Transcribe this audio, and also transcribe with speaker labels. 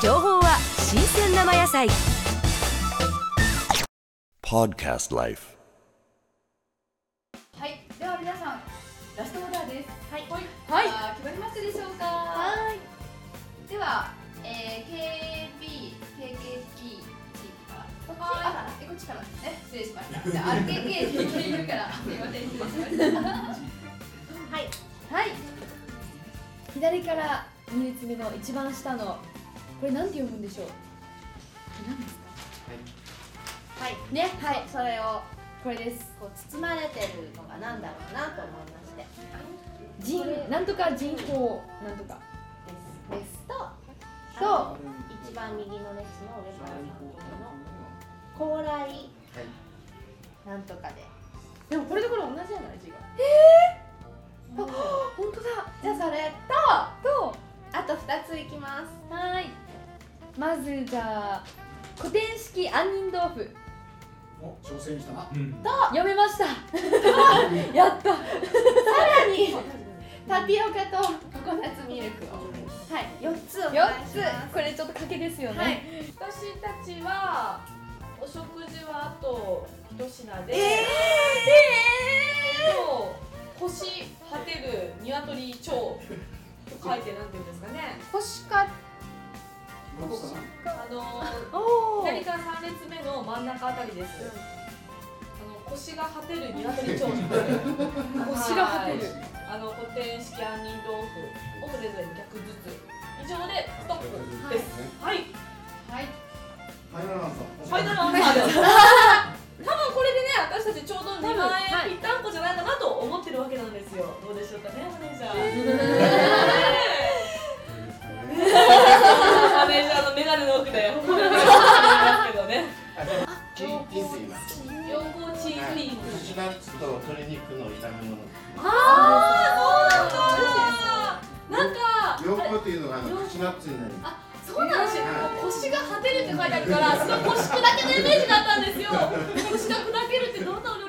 Speaker 1: 情報は新鮮生野菜
Speaker 2: Podcast Life.
Speaker 3: はい、では皆さん、ラストオーダーです。はい、はい、
Speaker 4: はい
Speaker 3: あー決まりましたでしょうか。では、えー、KB、KKP、かこっちから、えこっちからですね、失礼しました。じゃあ、RKK、KKP から、すいません、失礼しました。はい、
Speaker 4: 左から2列目の一番下のこれなんて読むんでしょう
Speaker 5: はい、
Speaker 4: ねはい
Speaker 5: はい、それを
Speaker 4: これです
Speaker 5: こう包まれてるのがなんだろうなと思いましてで
Speaker 4: 人なんとか人口なんとか
Speaker 5: すですと
Speaker 4: と
Speaker 5: 一番右の列の上から3番目の高麗なんとかで
Speaker 4: でもこれとこれ同じじゃない字が
Speaker 5: 本当だじゃあそれ
Speaker 4: と
Speaker 5: とあと2ついきます
Speaker 4: はーいまずじゃあ古典式杏仁豆腐
Speaker 6: お挑戦したな。
Speaker 4: 読めましたやった
Speaker 5: さらにタピオカとココナッツミルクをはい4つお願い
Speaker 4: 4
Speaker 5: しま
Speaker 4: つ
Speaker 5: す
Speaker 4: これちょっと賭けですよね、
Speaker 5: はい
Speaker 7: 私たちはお食事はあと一品で、と星果てる鶏蝶と書いてなんて言うんですかね
Speaker 5: 星か
Speaker 6: どうかな。
Speaker 7: あの ー
Speaker 4: おお
Speaker 7: 左から3列目の真ん中あたりです、あの腰が果てる鶏蝶と
Speaker 4: 腰が果てる
Speaker 7: あの古典式杏仁豆腐をそれぞれ逆ずつ以上でストップですはい
Speaker 3: はい、
Speaker 6: ファイナルアンサー。
Speaker 7: ファイナルアンサーです。多分これでね、私たちちょうど2万円ぴったんこじゃないかなと思ってるわけなんですよ。どうでしょうかね、マネージャー。マネージャーのメガネの奥で。ますけどね。
Speaker 8: チーズインです。
Speaker 7: 両方チーズイン。
Speaker 8: フッシュナッツと鶏肉の炒め物。
Speaker 7: ああ、そうなんだ。なんか。
Speaker 8: 両方というのがあのフッシュナッツになる。
Speaker 7: そうなんですよ。腰が果てるって書いてあるから、すごい腰砕けのイメージだったんですよ。腰が砕けるってどんなお料